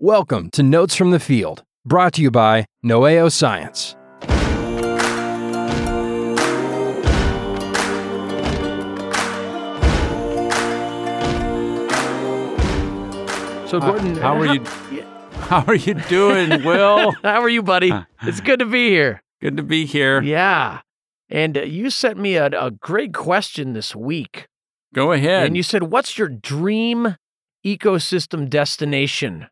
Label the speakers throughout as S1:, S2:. S1: Welcome to Notes from the Field, brought to you by Noeo Science. So, Gordon,
S2: Uh, How are you? How are you doing, Will?
S3: How are you, buddy? it's good to be here.
S2: Good to be here.
S3: Yeah. And uh, you sent me a, a great question this week.
S2: Go ahead.
S3: And you said, What's your dream ecosystem destination?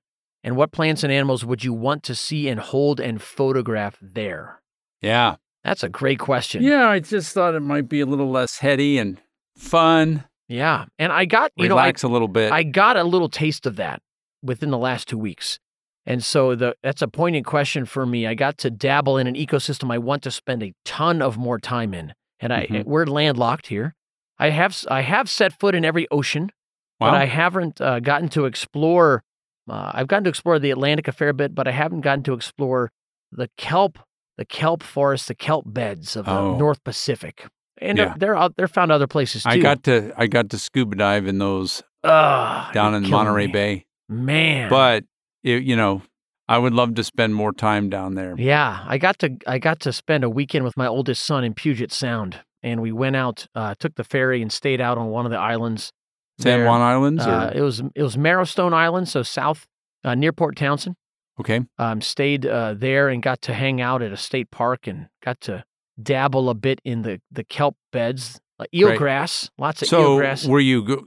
S3: And what plants and animals would you want to see and hold and photograph there?
S2: yeah.
S3: That's a great question.
S2: Yeah. I just thought it might be a little less heady and fun.
S3: Yeah. And I got, you know, I
S2: relax a little bit.
S3: I got a little taste of that within the last two weeks. And so the, that's a poignant question for me. I got to dabble in an ecosystem I want to spend a ton of more time in. And I
S2: Mhm.
S3: we're landlocked here. I have s- I have set foot in every ocean, but I haven't uh, gotten to explore. Uh, I've gotten to explore the Atlantic a fair bit, but I haven't gotten to explore the kelp, the kelp forests, the kelp beds of the
S2: Oh.
S3: North Pacific. And
S2: Yeah.
S3: they're out, they're found other places too.
S2: I got to I got to scuba dive in those
S3: Ugh,
S2: down
S3: you're
S2: in
S3: killing
S2: Monterey
S3: me.
S2: Bay,
S3: man.
S2: but it, you know, I would love to spend more time down there.
S3: Yeah, I got to I got to spend a weekend with my oldest son in Puget Sound, and we went out, uh, took the ferry, and stayed out on one of the islands.
S2: San
S3: there.
S2: Juan Islands. Or,
S3: Uh, it was it was Marrowstone Island, so south uh, near Port Townsend.
S2: okay.
S3: Um, stayed uh, there and got to hang out at a state park and got to dabble a bit in the the kelp beds, uh,
S2: Great.
S3: eelgrass, lots of
S2: So
S3: eelgrass.
S2: were you go-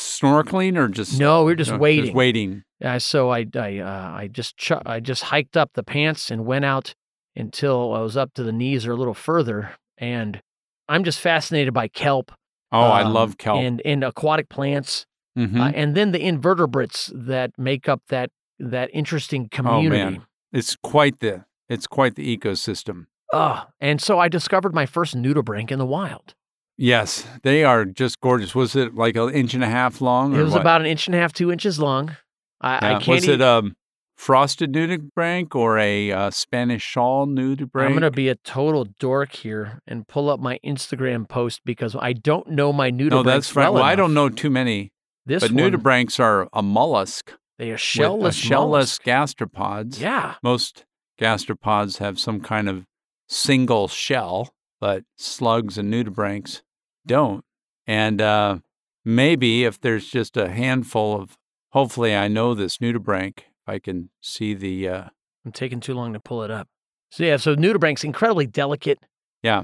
S2: snorkeling or just?
S3: no, we were just
S2: no,
S3: waiting.
S2: Just waiting.
S3: Uh, so I I uh, I just chu I just hiked up the pants and went out until I was up to the knees or a little further, and I'm just fascinated by kelp.
S2: Oh, I
S3: um,
S2: love kelp.
S3: and and aquatic plants,
S2: Mhm.
S3: uh, and then the invertebrates that make up that that interesting
S2: Oh, man.
S3: community.
S2: it's quite the it's quite the ecosystem.
S3: Ugh. and so I discovered my first nudibranch in the wild.
S2: Yes, they are just gorgeous. Was it like an inch and a half long?
S3: It
S2: or
S3: was
S2: what?
S3: about an inch and a half, two inches long. I, I
S2: Yeah.
S3: can't.
S2: Was
S3: e-
S2: it um, frosted nudibranch or a uh, Spanish shawl nudibranch?
S3: I'm going to be a total dork here and pull up my Instagram post because I don't know my nudibranch.
S2: no, that's right.
S3: Well,
S2: Well, I
S3: enough.
S2: don't know too many,
S3: This
S2: but
S3: one,
S2: nudibranchs are a mollusk.
S3: they are
S2: with a
S3: shellless,
S2: shellless
S3: mollusk.
S2: gastropods.
S3: Yeah,
S2: Most gastropods have some kind of single shell, but slugs and nudibranchs don't. And uh, maybe if there's just a handful of, hopefully, I know this nudibranch. if I can see the. Uh,
S3: I'm taking too long to pull it up. So yeah, so nudibranch's incredibly delicate.
S2: Did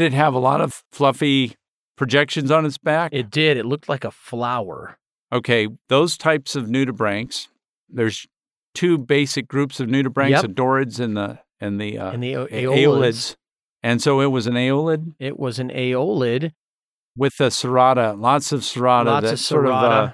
S2: it have a lot of fluffy projections on its back?
S3: It did. It looked like a flower.
S2: okay, those types of nudibranchs. There's two basic groups of nudibranchs:
S3: Yep.
S2: adorids and the and the, uh,
S3: And the a-
S2: a-
S3: aeolids.
S2: And so it was an aeolid
S3: It was an aeolid.
S2: with a serrata, lots of serrata,
S3: lots
S2: that
S3: of
S2: sort of
S3: serrata.
S2: uh,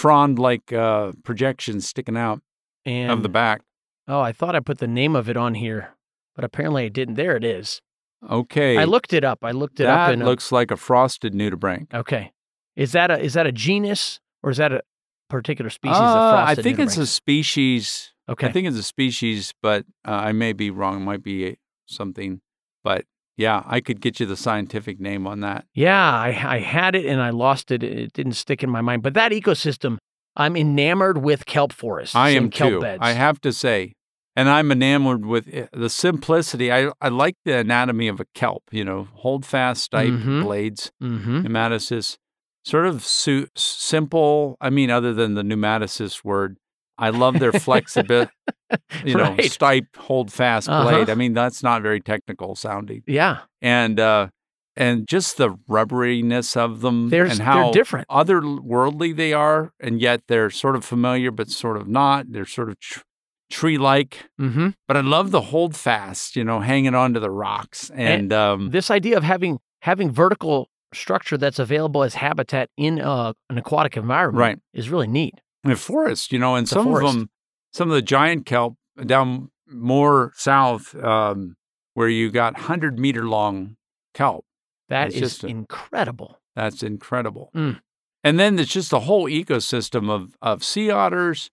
S2: frond-like uh, projections sticking out
S3: and
S2: of the back.
S3: oh, I thought I put the name of it on here, but apparently I didn't. There it is.
S2: Okay,
S3: I looked it up. I looked it up.
S2: that
S3: And uh,
S2: looks like a frosted nudibranch.
S3: okay. Is that a is that a genus or is that a particular species
S2: Uh,
S3: of
S2: I
S3: frosted
S2: think it's a
S3: nudibranch?
S2: species
S3: okay.
S2: I think it's a species, but uh, I may be wrong. It might be something, but yeah, I could get you the scientific name on that.
S3: Yeah, I, I had it and I lost it. It didn't stick in my mind. But that ecosystem, I'm enamored with kelp forests.
S2: I
S3: and
S2: am
S3: kelp
S2: too.
S3: Beds.
S2: I have to say, and I'm enamored with it- the simplicity. I I like the anatomy of a kelp. You know, hold fast type
S3: Mhm.
S2: blades,
S3: hmm
S2: nematocysts, sort of su- simple. I mean, other than the nematocyst word, I love their flexibility. You know,
S3: Right.
S2: stipe, hold fast
S3: Uh-huh.
S2: blade. I mean, that's not very technical sounding.
S3: Yeah,
S2: and uh, and just the rubberiness of them
S3: There's-
S2: Um, and
S3: they're
S2: how
S3: different.
S2: otherworldly they are, and yet they're sort of familiar but sort of not. They're sort of tr- tree-like,
S3: hmm
S2: but I love the hold fast, you know, hanging onto the rocks
S3: Eh,
S2: and, um,
S3: This idea of having having vertical structure that's available as habitat in uh, an aquatic environment
S2: Right.
S3: is really neat.
S2: the forest, you know, and
S3: The
S2: some of
S3: forest.
S2: them, some of the giant kelp down more south, um, where you got hundred meter long kelp.
S3: That
S2: It's
S3: is
S2: just a-
S3: incredible.
S2: That's incredible.
S3: Mm.
S2: And then it's just a whole ecosystem of, of sea otters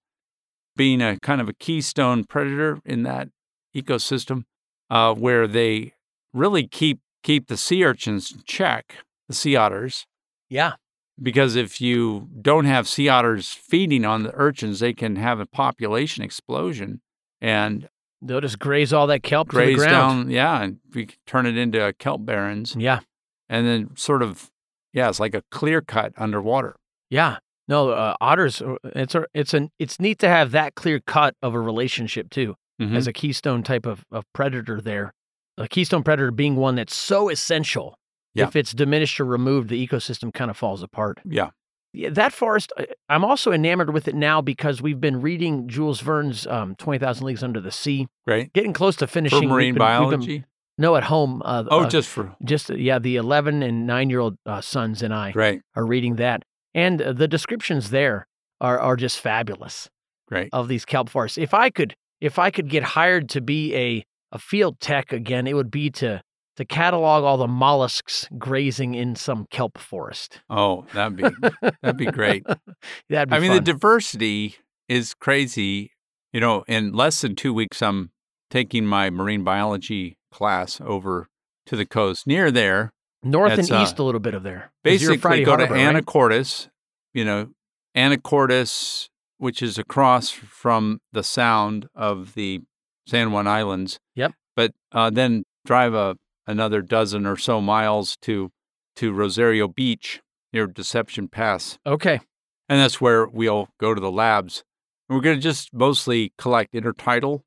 S2: being a kind of a keystone predator in that ecosystem, uh, where they really keep keep the sea urchins in check, the sea otters,
S3: Yeah,
S2: because if you don't have sea otters feeding on the urchins, they can have a population explosion and
S3: They'll just graze all that kelp to the
S2: graze
S3: ground.
S2: down. Yeah, and we could turn it into a kelp barrens,
S3: Yeah.
S2: and then sort of, yeah, it's like a clear cut underwater.
S3: Yeah. No, uh, otters. uh, It's a, it's an it's neat to have that clear cut of a relationship too,
S2: Mhm.
S3: as a keystone type of, of predator. There, a keystone predator being one that's so essential.
S2: Yeah.
S3: If it's diminished or removed, the ecosystem kind of falls apart.
S2: Yeah.
S3: Yeah, that forest. I- I'm also enamored with it now because we've been reading Jules Verne's um, Twenty Thousand Leagues Under the Sea,
S2: Right.
S3: getting close to
S2: For
S3: finishing. We've
S2: marine
S3: been- we've been-
S2: biology.
S3: no, at home. Uh,
S2: oh,
S3: uh,
S2: just for
S3: just yeah, the 11 and nine year old uh, sons and I
S2: great,
S3: are reading that. And uh, the descriptions there are, are just fabulous
S2: great.
S3: of these kelp forests. If I could if I could get hired to be a, a field tech again, it would be to to catalog all the mollusks grazing in some kelp forest.
S2: Oh, that'd be that'd be great.
S3: That'd be
S2: I mean,
S3: fun.
S2: the diversity is crazy. You know, in less than two weeks, I'm taking my marine biology class over to the coast near there.
S3: north and
S2: that's, uh,
S3: east a little bit of there. 'Cause you're
S2: Basically,
S3: Friday
S2: go to
S3: Harbor, right?
S2: Anacortes, you know, Anacortes, which is across from the sound of the San Juan Islands.
S3: Yep.
S2: But uh, then drive a, another dozen or so miles to, to Rosario Beach near Deception Pass.
S3: Okay.
S2: And that's where we'll go to the labs. And we're going to just mostly collect intertidal,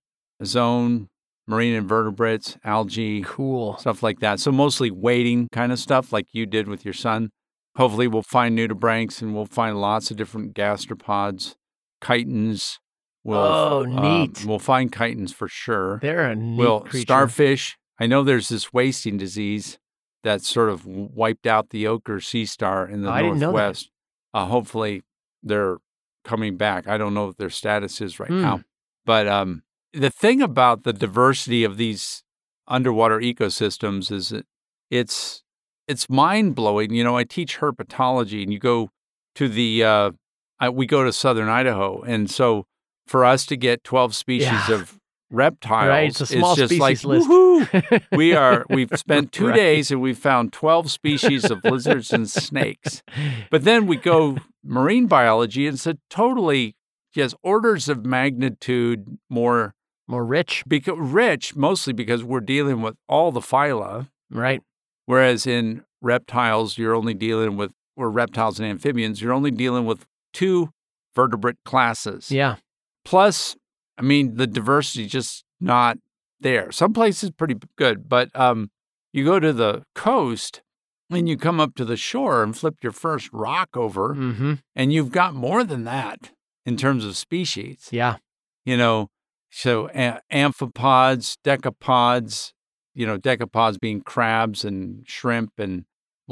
S2: zone, marine invertebrates, algae,
S3: Cool.
S2: stuff like that. So mostly wading kind of stuff like you did with your son. Hopefully we'll find nudibranchs and we'll find lots of different gastropods, chitons. We'll,
S3: Oh,
S2: um,
S3: neat.
S2: we'll find chitons for sure.
S3: They're a neat
S2: Well,
S3: creature.
S2: starfish. I know there's this wasting disease that sort of wiped out the ochre sea star in the
S3: I didn't know that.
S2: northwest. Uh, hopefully, they're coming back. I don't know what their status is right
S3: Hmm.
S2: now. But um, the thing about the diversity of these underwater ecosystems is that it's it's mind blowing. You know, I teach herpetology, and you go to the uh, I, we go to southern Idaho, and so for us to get twelve species
S3: Yeah.
S2: of reptiles,
S3: Right, it's a small
S2: just like,
S3: species list.
S2: woohoo, we are we've spent two
S3: Right.
S2: days and we found 12 species of lizards and snakes but then we go marine biology and it's a totally just orders of magnitude more
S3: More rich,
S2: beca- rich mostly because we're dealing with all the phyla
S3: right?
S2: whereas in reptiles you're only dealing with or reptiles and amphibians you're only dealing with two vertebrate classes
S3: Yeah.
S2: plus i mean the diversity just not there some places pretty good but um you go to the coast and you come up to the shore and flip your first rock over
S3: Mm-hmm.
S2: and you've got more than that in terms of species
S3: Yeah.
S2: you know so a- amphipods decapods you know decapods being crabs and shrimp and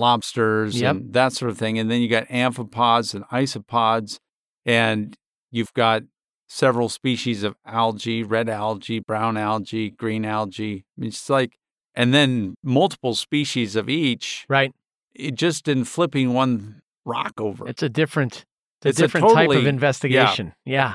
S2: lobsters
S3: Yep.
S2: and that sort of thing and then you got amphipods and isopods and you've got several species of algae red algae brown algae green algae I mean, it's like and then multiple species of each
S3: Right.
S2: it just in flipping one rock over
S3: It's a different, it's a
S2: It's a
S3: different type of
S2: totally- yeah.
S3: investigation. Yeah.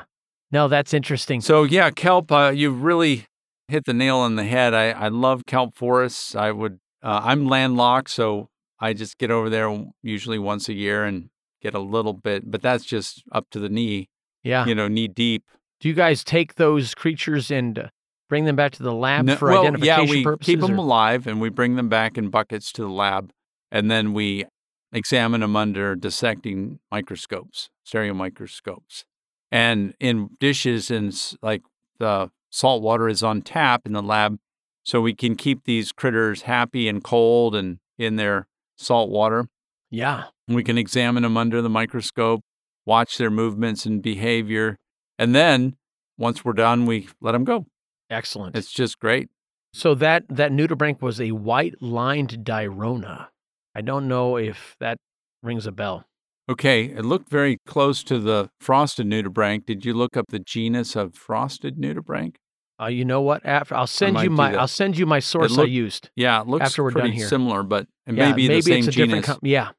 S3: No, that's interesting.
S2: So yeah, kelp. Uh, you really hit the nail on the head. I, I love kelp forests. I would. Uh, I'm landlocked, so I just get over there usually once a year and get a little bit. But that's just up to the knee.
S3: yeah.
S2: You know, knee deep.
S3: Do you guys take those creatures and uh, bring them back to the lab
S2: No-
S3: for
S2: well,
S3: identification
S2: yeah, we
S3: purposes?
S2: keep them
S3: or-
S2: alive and we bring them back in buckets to the lab, and then we examine them under dissecting microscopes, stereo microscopes, and in dishes and s- like the salt water is on tap in the lab, so we can keep these critters happy and cold and in their salt water.
S3: yeah.
S2: We can examine them under the microscope, watch their movements and behavior, and then once we're done, we let them go.
S3: Excellent.
S2: It's just great.
S3: so that that nudibranch was a white lined dirona. I don't know if that rings a bell.
S2: Okay, it looked very close to the frosted nudibranch. Did you look up the genus of frosted nudibranch?
S3: Uh, you know what? After I'll send
S2: might
S3: you
S2: do
S3: my
S2: that.
S3: I'll send you my source
S2: looked-
S3: I used.
S2: Yeah, it looks
S3: After we're done
S2: pretty
S3: here.
S2: similar, but and
S3: Yeah,
S2: maybe, the same
S3: it's a different
S2: genus.
S3: com- yeah.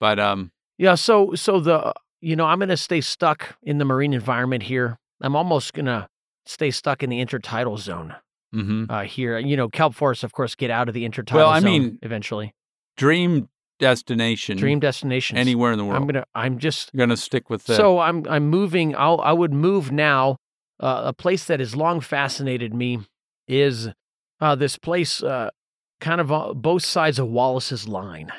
S2: but um,
S3: Yeah, so so the uh, you know I'm gonna stay stuck in the marine environment here. I'm almost gonna stay stuck in the intertidal zone
S2: mhm.
S3: uh, here. You know, kelp forests, of course, get out of the intertidal
S2: Well, I
S3: zone
S2: mean-
S3: eventually.
S2: dream destination
S3: dream destinations.
S2: anywhere in the world.
S3: I'm gonna. I'm just.
S2: You're gonna stick with that.
S3: So I'm. I'm moving. I'll. I would move now. Uh, a place that has long fascinated me is uh, this place, uh, kind of uh, both sides of Wallace's line,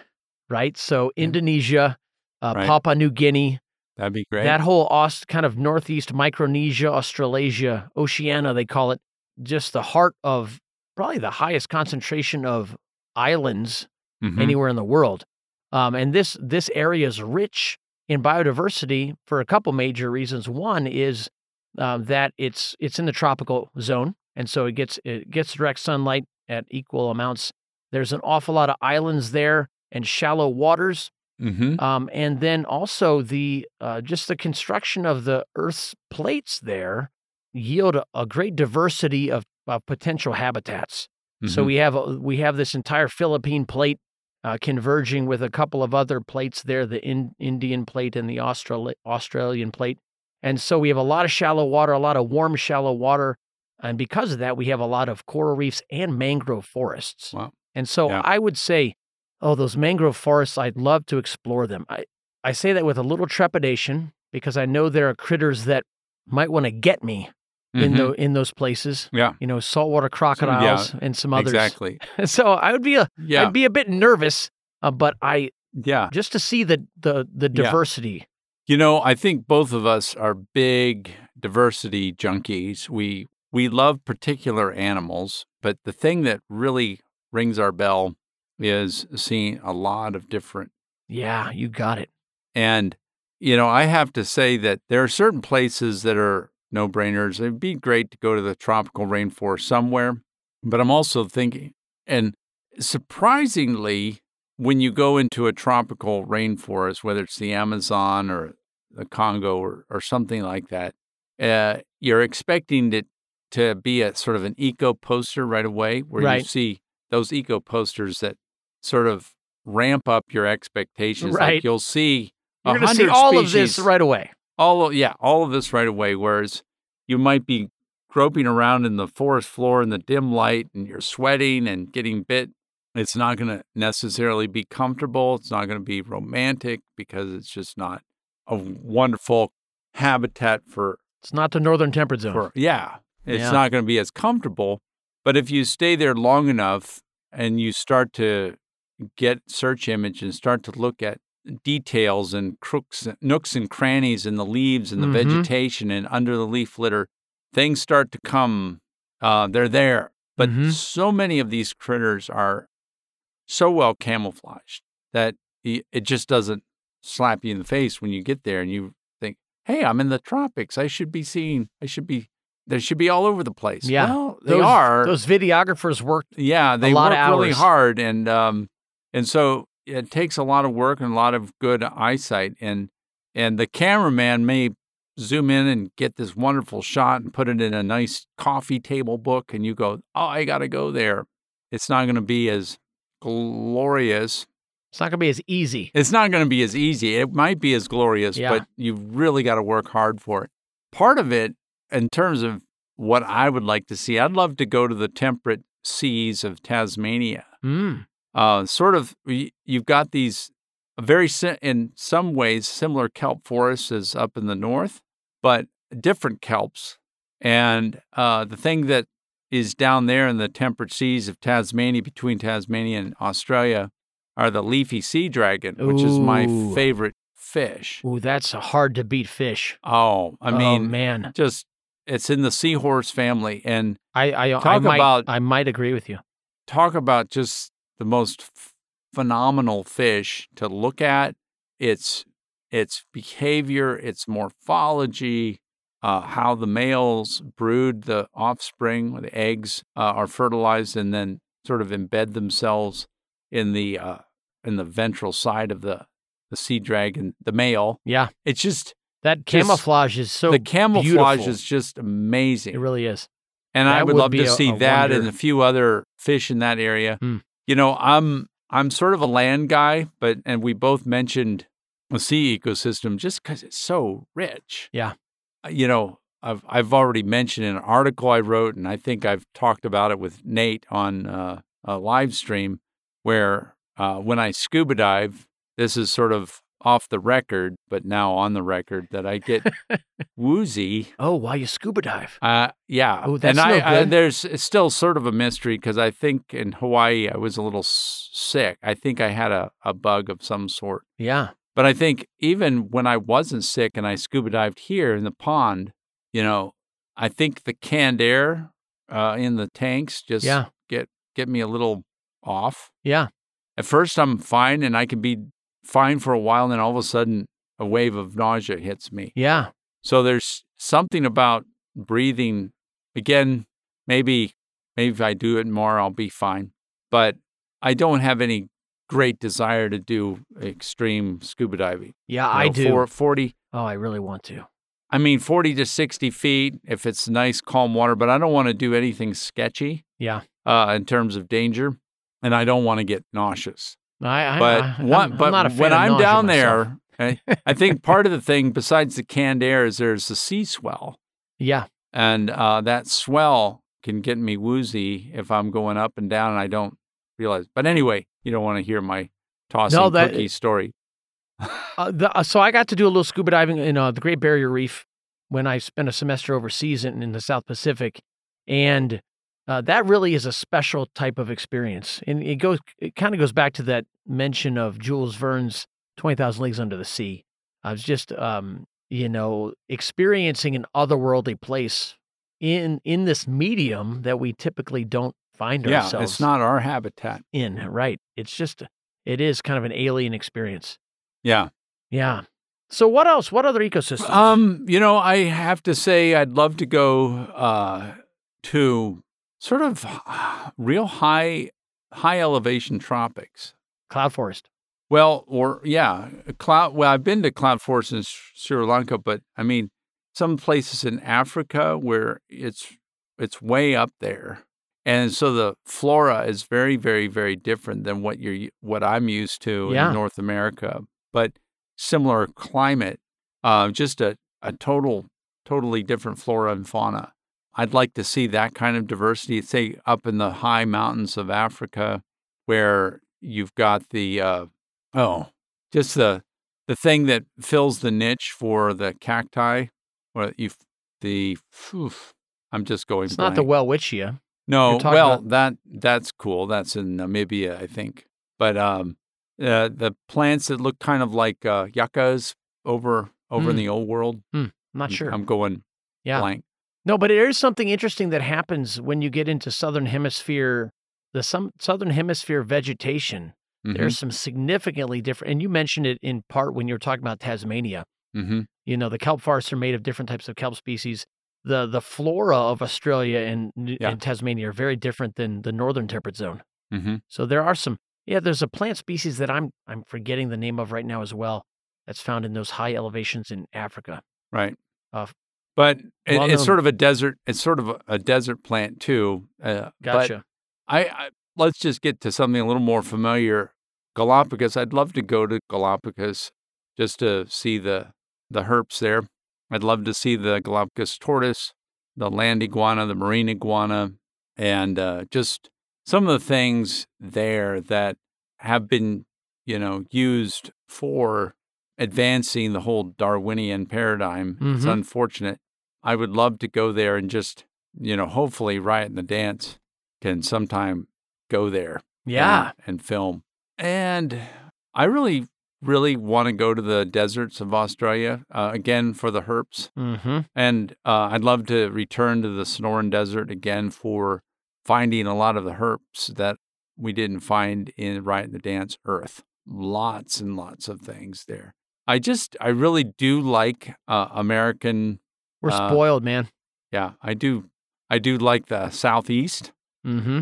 S3: right? So
S2: Yeah.
S3: Indonesia, uh,
S2: Right.
S3: Papua New Guinea,
S2: that'd be great.
S3: that whole Aust- kind of northeast Micronesia, Australasia, Oceania, they call it, just the heart of probably the highest concentration of islands
S2: Mhm.
S3: anywhere in the world. Um, and this this area is rich in biodiversity for a couple major reasons. One is um, that it's it's in the tropical zone, and so it gets it gets direct sunlight at equal amounts. There's an awful lot of islands there and shallow waters
S2: Mhm.
S3: um, and then also the uh, just the construction of the Earth's plates there yield a, a great diversity of, of potential habitats. So
S2: Mhm.
S3: we have a, we have this entire Philippine plate uh, converging with a couple of other plates there, the in, Indian plate and the Austral- Australian plate, and so we have a lot of shallow water, a lot of warm shallow water, and because of that, we have a lot of coral reefs and mangrove forests.
S2: Wow.
S3: And so
S2: Yeah.
S3: I would say, oh, those mangrove forests, I'd love to explore them. I, I say that with a little trepidation because I know there are critters that might want to get me in
S2: Mhm.
S3: tho- in those places.
S2: Yeah.
S3: You know, saltwater crocodiles and some others.
S2: exactly.
S3: So I would be a
S2: Yeah,
S3: would be a bit nervous, uh, but I
S2: yeah.
S3: just to see the the the
S2: Yeah.
S3: diversity.
S2: You know, I think both of us are big diversity junkies. We we love particular animals, but the thing that really rings our bell is seeing a lot of different.
S3: Yeah, you got it.
S2: And you know, I have to say that there are certain places that are no-brainers. It'd be great to go to the tropical rainforest somewhere, but I'm also thinking and surprisingly when you go into a tropical rainforest, whether it's the Amazon or the Congo or, or something like that, uh, you're expecting it to be a sort of an eco poster right away, where you
S3: Right.
S2: see those eco posters that sort of ramp up your expectations.
S3: Right.
S2: Like you'll see a
S3: You're going to see
S2: hundred
S3: all
S2: species,
S3: of this right away.
S2: All of, yeah, all of this right away. Whereas you might be groping around in the forest floor in the dim light, and you're sweating and getting bit. It's not going to necessarily be comfortable. It's not going to be romantic because it's just not a wonderful habitat for
S3: It's not the northern temperate zone.
S2: for- yeah, it's
S3: Yeah.
S2: not going to be as comfortable. But if you stay there long enough and you start to get search image and start to look at details and crooks, nooks and crannies in the leaves and the
S3: Mhm.
S2: vegetation and under the leaf litter, things start to come. Uh, they're there. But
S3: Mhm.
S2: so many of these critters are so well camouflaged that y- it just doesn't slap you in the face when you get there and you think, hey, I'm in the tropics. I should be seeing, I should be, they should be all over the place.
S3: Yeah.
S2: Well, they
S3: Those-
S2: are.
S3: Those videographers worked.
S2: yeah. They
S3: lot
S2: work
S3: of
S2: really
S3: hours.
S2: hard. And, um, and so it takes a lot of work and a lot of good eyesight. And, and the cameraman may zoom in and get this wonderful shot and put it in a nice coffee table book. And you go, oh, I got to go there. It's not going to be as glorious
S3: It's not going to be as easy.
S2: it's not going to be as easy. It might be as glorious,
S3: Yeah.
S2: but you've really got to work hard for it. Part of it, in terms of what I would like to see, I'd love to go to the temperate seas of Tasmania.
S3: Mm.
S2: Uh, sort of, y- you've got these very, si- in some ways, similar kelp forests as up in the north, but different kelps. And uh, the thing that is down there in the temperate seas of Tasmania, between Tasmania and Australia, are the leafy sea dragon, which is my
S3: Ooh.
S2: favorite fish.
S3: Ooh, that's a hard to beat fish.
S2: Oh, I
S3: oh,
S2: mean,
S3: man,
S2: just it's in the seahorse family. And
S3: I I, I
S2: Talk
S3: might
S2: about-
S3: I might agree with you.
S2: talk about just the most f- phenomenal fish to look at. Its its behavior, its morphology, uh, how the males brood the offspring, or the eggs uh, are fertilized, and then sort of embed themselves in the uh, in the ventral side of the the sea dragon, the male.
S3: Yeah,
S2: It's just
S3: that camouflage is so
S2: the camouflage
S3: beautiful.
S2: is just amazing.
S3: it really is.
S2: And I
S3: That
S2: would,
S3: would
S2: love
S3: be
S2: to
S3: a-
S2: see
S3: a
S2: that
S3: wonder.
S2: and a few other fish in that area.
S3: Hmm.
S2: You know, I'm I'm sort of a land guy, but and we both mentioned the sea ecosystem just because it's so rich.
S3: Yeah.
S2: Uh, You know, I've I've already mentioned in an article I wrote, and I think I've talked about it with Nate on uh, a live stream where Uh, when I scuba dive, this is sort of off the record, but now on the record that I get woozy.
S3: Oh, wow, you scuba dive.
S2: Uh, yeah.
S3: Oh, that's
S2: and I,
S3: no
S2: I,
S3: good.
S2: there's it's still sort of a mystery because I think in Hawaii I was a little s- sick. I think I had a, a bug of some sort.
S3: Yeah.
S2: But I think even when I wasn't sick and I scuba dived here in the pond, you know, I think the canned air uh, in the tanks just
S3: Yeah.
S2: get get me a little off.
S3: Yeah.
S2: At first, I'm fine and I can be fine for a while, and then all of a sudden, a wave of nausea hits me.
S3: Yeah.
S2: So there's something about breathing. Again, maybe maybe if I do it more, I'll be fine. But I don't have any great desire to do extreme scuba diving.
S3: Yeah,
S2: You
S3: I
S2: know,
S3: do.
S2: four- 40,
S3: Oh, I really want to.
S2: I mean, 40 to 60 feet if it's nice, calm water, but I don't want to do anything sketchy
S3: Yeah.
S2: uh, in terms of danger. And I don't want to get nauseous.
S3: I, I,
S2: But,
S3: I, I'm-
S2: one,
S3: I'm
S2: but
S3: not a fan
S2: when
S3: of
S2: I'm
S3: nausea
S2: down
S3: myself.
S2: there, I, I think part of the thing, besides the canned air, is there's the sea swell.
S3: Yeah.
S2: And uh, that swell can get me woozy if I'm going up and down and I don't realize. But anyway, you don't want to hear my tossing
S3: that-
S2: cookie story.
S3: Uh, the, uh, so I got to do a little scuba diving in uh, the Great Barrier Reef when I spent a semester overseas in, in the South Pacific, and uh, that really is a special type of experience. And it goes, it kind of goes back to that mention of Jules Verne's Twenty Thousand Leagues Under the Sea. I was just, um, you know, experiencing an otherworldly place in in this medium that we typically don't find
S2: Yeah,
S3: ourselves
S2: it's not our habitat.
S3: in. Right? It's just, it is kind of an alien experience.
S2: Yeah.
S3: Yeah. So what else? What other ecosystems?
S2: Um, you know, I have to say, I'd love to go uh, to sort of real high, high elevation tropics.
S3: Cloud forest.
S2: Well, or yeah, cloud. Well, I've been to cloud forests in Sh- Sri Lanka, but I mean, some places in Africa where it's it's way up there, and so the flora is very, very, very different than what you're what I'm used to
S3: Yeah.
S2: in North America. But similar climate, uh, just a a total, totally different flora and fauna. I'd like to see that kind of diversity, say up in the high mountains of Africa, where you've got the uh, oh, just the the thing that fills the niche for the cacti, or you f- the oof, I'm just going.
S3: It's not the
S2: blank.
S3: Welwitschia.
S2: no.
S3: you're talking
S2: Well,
S3: about-
S2: that that's cool. That's in Namibia, I think. But um, uh, the plants that look kind of like uh, yuccas over over in
S3: Hmm.
S2: the old world.
S3: I'm not
S2: I'm-
S3: sure.
S2: I'm going
S3: Yeah.
S2: blank.
S3: No, but there is something interesting that happens when you get into southern hemisphere, the some southern hemisphere vegetation.
S2: Mm-hmm,
S3: There's some significantly different, and you mentioned it in part when you were talking about Tasmania.
S2: hmm
S3: You know, the kelp forests are made of different types of kelp species. The the flora of Australia and, New-
S2: Yeah.
S3: and Tasmania are very different than the northern temperate zone.
S2: hmm
S3: So there are some. Yeah, there's a plant species that I'm I'm forgetting the name of right now as well. That's found in those high elevations in Africa.
S2: Right.
S3: Uh,
S2: but it,
S3: well
S2: it's
S3: known.
S2: sort of a desert. It's sort of a, a desert plant too. Uh, but
S3: Gotcha.
S2: I, I let's just get to something a little more familiar. Galapagos. I'd love to go to Galapagos just to see the the herps there. I'd love to see the Galapagos tortoise, the land iguana, the marine iguana, and uh, just some of the things there that have been, you know, used for advancing the whole Darwinian paradigm. It's
S3: Mhm.
S2: unfortunate. I would love to go there and just, you know, hopefully Riot and the Dance can sometime go there
S3: yeah.
S2: and, and film. And I really, really want to go to the deserts of Australia uh, again for the herps.
S3: Mm-hmm.
S2: And uh, I'd love to return to the Sonoran Desert again for finding a lot of the herps that we didn't find in Riot in the Dance Earth. Lots and lots of things there. I just, I really do like uh, American.
S3: We're
S2: Uh,
S3: spoiled, man.
S2: Yeah, I do. I do like the Southeast.
S3: Mm-hmm.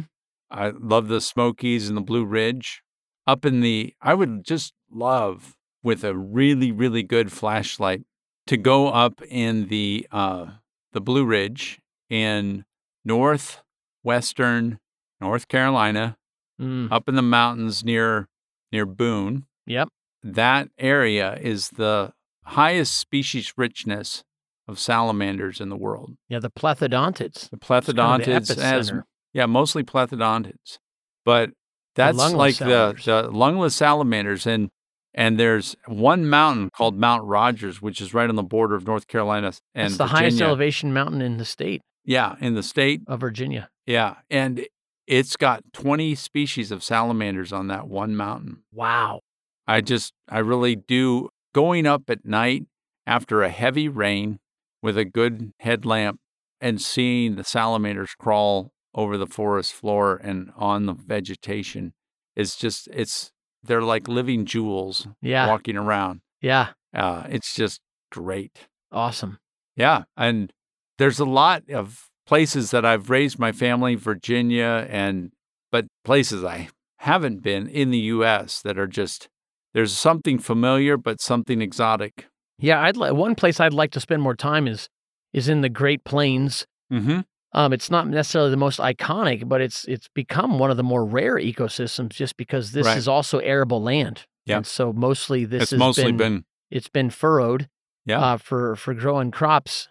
S2: I love the Smokies and the Blue Ridge. Up in the, I would just love with a really, really good flashlight to go up in the uh, the Blue Ridge in northwestern North Carolina,
S3: Mm.
S2: up in the mountains near near Boone.
S3: Yep.
S2: That area is the highest species richness of salamanders in the world.
S3: Yeah, the plethodontids.
S2: The
S3: It's kind of the
S2: plethodontids, as
S3: epicenter.
S2: yeah, mostly plethodontids. But That's
S3: lungless
S2: like the,
S3: salamanders.
S2: the lungless salamanders. And, and there's one mountain called Mount Rogers, which is right on the border of North Carolina s- and
S3: it's the
S2: Virginia.
S3: highest elevation mountain in the state
S2: Yeah, in the state.
S3: of Virginia.
S2: Yeah. And it's got 20 species of salamanders on that one mountain.
S3: Wow.
S2: I just, I really do. Going up at night after a heavy rain with a good headlamp and seeing the salamanders crawl over the forest floor and on the vegetation is just, it's, they're like living jewels
S3: Yeah.
S2: walking around.
S3: Yeah.
S2: Uh, it's just great.
S3: Awesome.
S2: Yeah. And there's a lot of places that I've raised my family, Virginia, and but places I haven't been in the US that are just there's something familiar but something exotic.
S3: Yeah. I'd li- one place I'd like to spend more time is is in the Great Plains.
S2: Mm-hmm.
S3: Um, it's not necessarily the most iconic, but it's it's become one of the more rare ecosystems just because this
S2: Right.
S3: is also arable land.
S2: Yeah.
S3: And so mostly this
S2: it's
S3: has
S2: mostly
S3: been
S2: been,
S3: it's been furrowed
S2: Yeah.
S3: uh, for for growing crops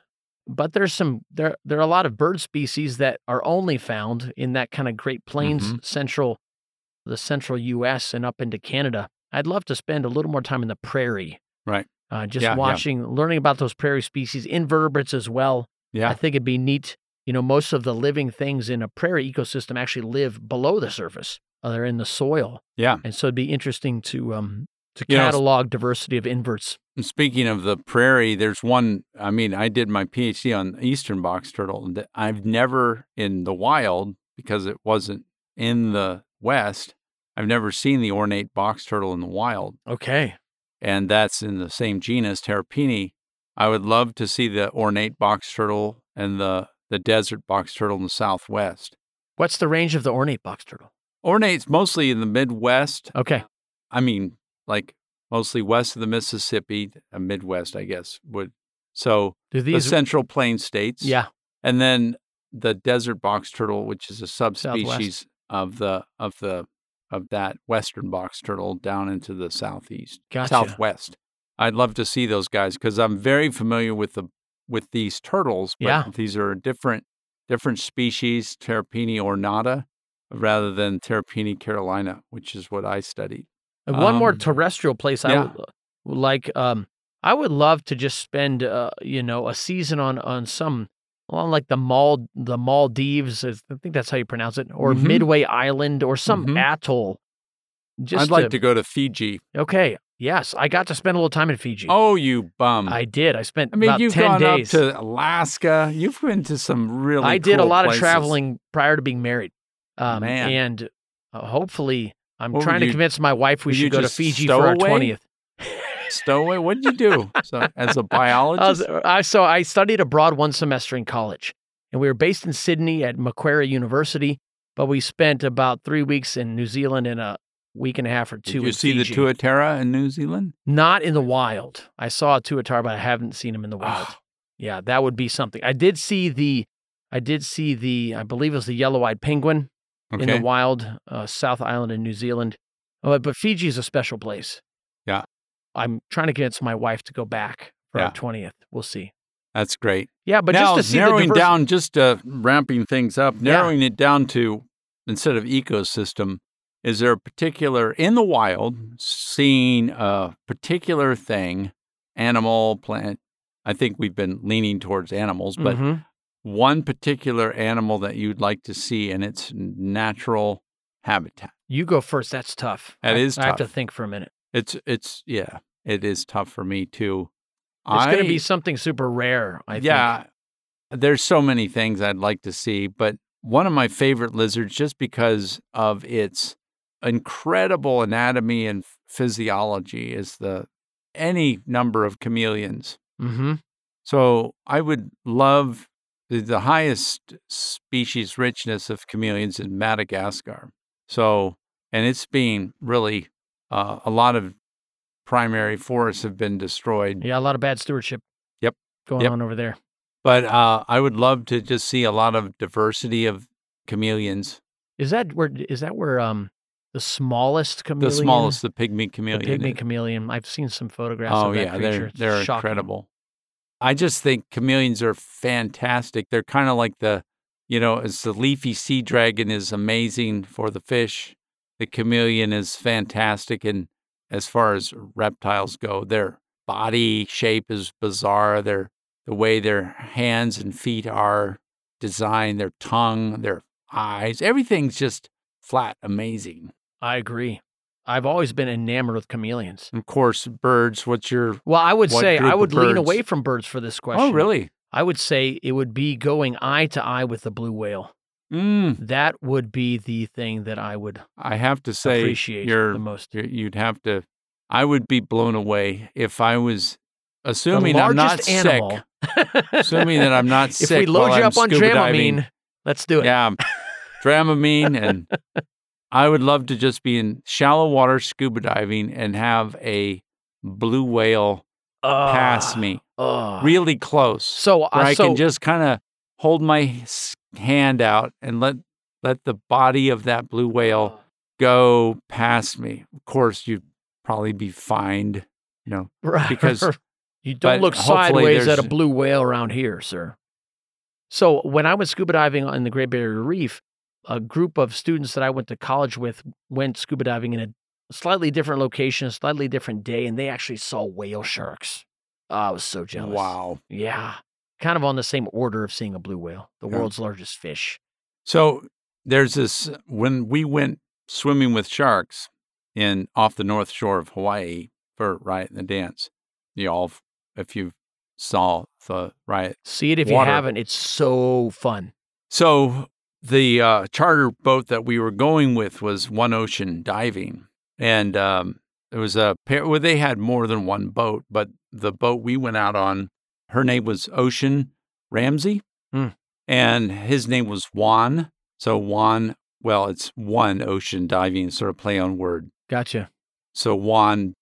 S3: but there's some there there are a lot of bird species that are only found in that kind of great plains
S2: Mhm.
S3: central the central US and up into Canada I'd love to spend a little more time in the prairie
S2: Right.
S3: uh, just
S2: Yeah, yeah.
S3: watching learning about those prairie species invertebrates as well I
S2: yeah.
S3: think it'd be neat you know most of the living things in a prairie ecosystem actually live below the surface uh, they're in the soil
S2: Yeah.
S3: and so it'd be interesting to um to
S2: You know, s-
S3: catalog diversity of inverts
S2: And speaking of the prairie, there's one I mean, I did my PhD on eastern box turtle and I've never in the wild because it wasn't in the west, I've never seen the ornate box turtle in the wild.
S3: Okay.
S2: and that's in the same genus Terrapini. I would love to see the ornate box turtle and the, the desert box turtle in the southwest.
S3: What's the range of the ornate box turtle?
S2: Ornate's mostly in the Midwest.
S3: Okay.
S2: I mean, like mostly west of the Mississippi, uh, Midwest, I guess would. So
S3: Do these?
S2: the Central Plain states.
S3: yeah.
S2: and then the desert box turtle, which is a subspecies of the of the of that western box turtle down into the southeast,
S3: Gotcha.
S2: southwest. I'd love to see those guys because I'm very familiar with the with these turtles. But
S3: Yeah.
S2: these are different different species, Terrapini ornata, rather than Terrapini carolina, which is what I studied.
S3: And One more
S2: um,
S3: terrestrial place I
S2: yeah.
S3: would, would like. Um, I would love to just spend, uh, you know, a season on on some on like the Mal the Maldives. is- I think that's how you pronounce it, or
S2: Mhm.
S3: Midway Island, or some
S2: Mhm.
S3: atoll. Just
S2: I'd like to go to Fiji.
S3: Okay. Yes, I got to spend a little time in Fiji.
S2: Oh, you bum!
S3: I did. I spent
S2: I mean,
S3: about
S2: you've
S3: ten
S2: gone
S3: days.
S2: up to Alaska. You've been to some really.
S3: I did a
S2: cool
S3: lot
S2: places.
S3: of traveling prior to being married. Um,
S2: Man.
S3: And uh, hopefully, I'm
S2: What were
S3: trying to
S2: you-
S3: convince my wife we
S2: were you
S3: should go to
S2: just
S3: Fiji for our
S2: stowaway?
S3: 20th.
S2: Stowaway, what did you do? So, as a biologist,
S3: I was- Uh, I- so I studied abroad one semester in college, and we were based in Sydney at Macquarie University, but we spent about three weeks in New Zealand and a week and a half or
S2: did
S3: two.
S2: you
S3: in
S2: see
S3: Fiji.
S2: the tuatara in New Zealand?
S3: Not in the wild. I saw a tuatara, but I haven't seen him in the wild.
S2: Oh.
S3: Yeah, that would be something. I did see the, I did see the, I believe it was the yellow-eyed penguin. in the
S2: Okay,
S3: wild, uh, South Island in New Zealand. Uh, but Fiji is a special place.
S2: Yeah.
S3: I'm trying to convince my wife to go back for
S2: Yeah.
S3: our 20th. We'll see.
S2: that's great.
S3: Yeah, but just
S2: now,
S3: to see the
S2: narrowing
S3: diverse-
S2: down, just uh, ramping things up, narrowing it down to instead of ecosystem, is there a particular in the wild seeing a particular thing, animal, plant? I think we've been leaning towards animals, but
S3: Mhm.
S2: one particular animal that you'd like to see in its natural habitat.
S3: you go first. That's tough.
S2: That
S3: I,
S2: is
S3: I have to
S2: tough.
S3: think for a minute.
S2: It's it's yeah, it is tough for me too.
S3: It's going
S2: I-
S3: to be something super rare. I
S2: yeah.
S3: think.
S2: There's so many things I'd like to see, but one of my favorite lizards, just because of its incredible anatomy and physiology, is the any number of chameleons.
S3: Mm-hmm.
S2: So I would love the, the highest species richness of chameleons in Madagascar. So, and it's being really uh, a lot of primary forests have been destroyed.
S3: Yeah, a lot of bad stewardship.
S2: Yep.
S3: Going
S2: Yep.
S3: on over there.
S2: But uh, I would love to just see a lot of diversity of chameleons.
S3: Is that where? Is that where? Um, the smallest chameleon.
S2: The smallest, the pygmy
S3: The
S2: chameleon.
S3: pygmy
S2: is-
S3: chameleon. I've seen some photographs.
S2: oh
S3: of that
S2: yeah,
S3: creature.
S2: they're
S3: It's
S2: they're
S3: shocking.
S2: incredible. I just think chameleons are fantastic. They're kind of like the, you know, it's the leafy sea dragon is amazing for the fish. the chameleon is fantastic. And as far as reptiles go, their body shape is bizarre. Their the way their hands and feet are designed, their tongue, their eyes, everything's just flat amazing.
S3: I agree. I've always been enamored with chameleons.
S2: Of course, birds. What's your?
S3: Well, I would
S2: What
S3: say
S2: group
S3: I
S2: of
S3: would lean
S2: birds?
S3: away from birds for this question.
S2: Oh, really?
S3: I would say it would be going eye to eye with the blue whale.
S2: Mm,
S3: That would be the thing that I would
S2: I have to say,
S3: appreciate
S2: you're
S3: the most.
S2: You- You'd have to. I would be blown away if I was assuming
S3: the
S2: I'm not
S3: largest animal.
S2: sick. Assuming that I'm not
S3: if
S2: sick.
S3: we load
S2: while
S3: you
S2: I'm
S3: up on
S2: scuba
S3: Dramamine,
S2: diving.
S3: let's do it.
S2: yeah, Dramamine, and I would love to just be in shallow water scuba diving and have a blue whale
S3: Ugh,
S2: pass me
S3: ugh.
S2: really close,
S3: So,
S2: where
S3: Ah, uh,
S2: I
S3: so
S2: can just kind of hold my s- hand out and let let the body of that blue whale go past me. Of course, you'd probably be fined. You know,
S3: Right.
S2: because-
S3: you don't
S2: but
S3: look
S2: hopefully
S3: sideways at a
S2: there's-
S3: blue whale around here, sir. So when I was scuba diving on the Great Barrier Reef, a group of students that I went to college with went scuba diving in a slightly different location, a slightly different day, and they actually saw whale sharks. Oh, I was so jealous.
S2: Wow.
S3: Yeah. Kind of on the same order of seeing a blue whale, the
S2: Yeah.
S3: world's largest fish.
S2: So there's this when we went swimming with sharks in off the north shore of Hawaii for Riot and the Dance. You all, if you saw the riot.
S3: See it if
S2: Water.
S3: you haven't. It's so fun.
S2: So the uh, charter boat that we were going with was One Ocean Diving, and um, there was a pair. Well, they had more than one boat, but the boat we went out on, her name was Ocean Ramsey,
S3: Hmm.
S2: and his name was Juan. So Juan, well, it's one ocean diving, sort of play on word.
S3: Gotcha.
S2: So Juan,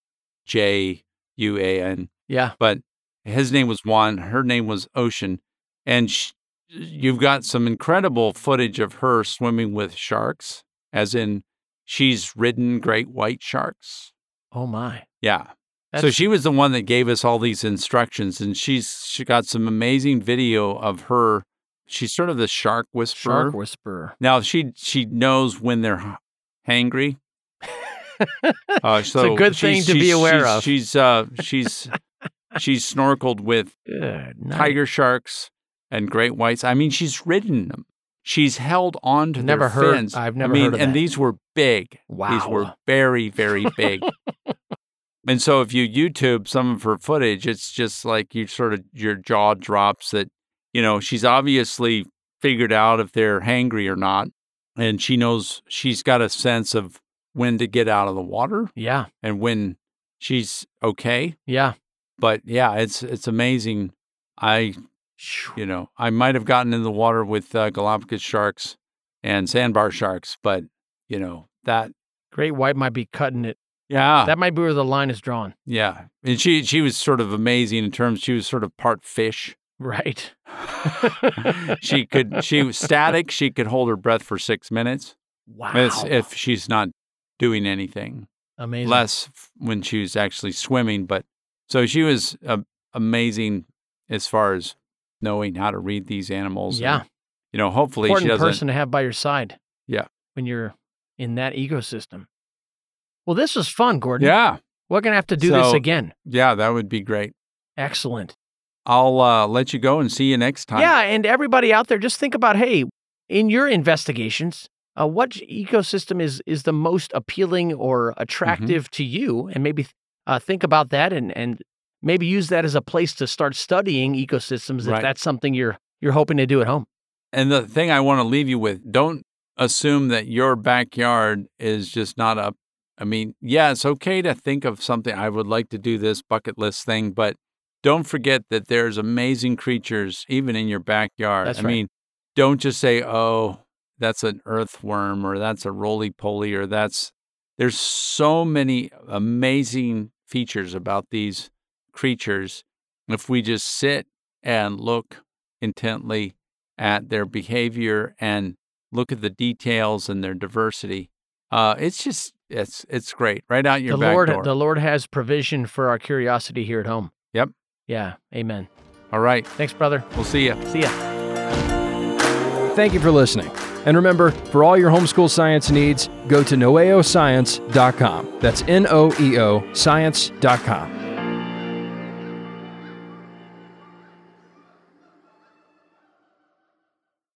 S2: J U A N,
S3: Yeah.
S2: but his name was Juan. Her name was Ocean, and sh- you've got some incredible footage of her swimming with sharks, as in she's ridden great white sharks.
S3: Oh my.
S2: Yeah. so
S3: That's-
S2: she was the one that gave us all these instructions, and she's she got some amazing video of her. She's sort of the shark whisperer.
S3: Shark whisperer.
S2: now she she knows when they're h- hangry. Uh, so
S3: good
S2: she's-
S3: thing to be
S2: she's-
S3: aware
S2: she's-
S3: of.
S2: She's uh, she's she's snorkeled with
S3: Good night.
S2: tiger sharks and great whites. I mean, she's ridden them. She's held on to
S3: Never
S2: their
S3: heard-
S2: fins.
S3: I've
S2: I
S3: never
S2: mean,
S3: heard of
S2: and
S3: that.
S2: these were big. These were
S3: Wow.
S2: very, very big. and so if you YouTube some of her footage, it's just like you sort of your jaw drops that, you know, she's obviously figured out if they're hangry or not. And she knows she's got a sense of when to get out of the water
S3: Yeah.
S2: and when she's okay.
S3: Yeah.
S2: But yeah, it's it's amazing. I
S3: Shoo.
S2: you know, I might have gotten in the water with uh, Galapagos sharks and sandbar sharks, but you know that.
S3: Great White might be cutting it.
S2: Yeah,
S3: That might be where the line is drawn.
S2: yeah. And she she was sort of amazing in terms. She was sort of part fish.
S3: Right.
S2: she could she was static. She could hold her breath for six minutes.
S3: Wow.
S2: That's if she's not doing anything.
S3: Amazing.
S2: Less f- when she was actually swimming, but so she was uh, amazing as far as knowing how to read these animals. and,
S3: Yeah.
S2: you know, hopefully she
S3: Important
S2: doesn't.
S3: person to have by your side.
S2: Yeah.
S3: When you're in that ecosystem. Well, this was fun, Gordon.
S2: Yeah.
S3: We're gonna have to do this
S2: So-
S3: again.
S2: Yeah, that would be great.
S3: Excellent.
S2: I'll uh, let you go and see you next time.
S3: Yeah, and everybody out there, just think about hey, in your investigations, uh, what ecosystem is is the most appealing or
S2: Mm-hmm.
S3: attractive to you, and maybe uh, think about that, and and maybe use that as a place to start studying ecosystems
S2: Right.
S3: if that's something you're you're hoping to do at home.
S2: And the thing I want to leave you with don't assume that your backyard is just not up. I mean, yeah, it's okay to think of something. I would like to do this bucket list thing, but don't forget that there's amazing creatures even in your backyard.
S3: That's
S2: I
S3: right.
S2: mean, don't just say, oh, that's an earthworm or that's a roly poly or that's. There's so many amazing features about these creatures. If we just sit and look intently at their behavior and look at the details and their diversity. Uh, it's just it's it's great. Right out your
S3: the
S2: back
S3: Lord,
S2: door.
S3: the Lord has provision for our curiosity here at home.
S2: Yep.
S3: Yeah. Amen.
S2: All right,
S3: Thanks, brother.
S2: we'll see you.
S3: See ya.
S1: Thank you for listening. And remember, for all your homeschool science needs, go to noeoscience.com. That's N O E O science.com.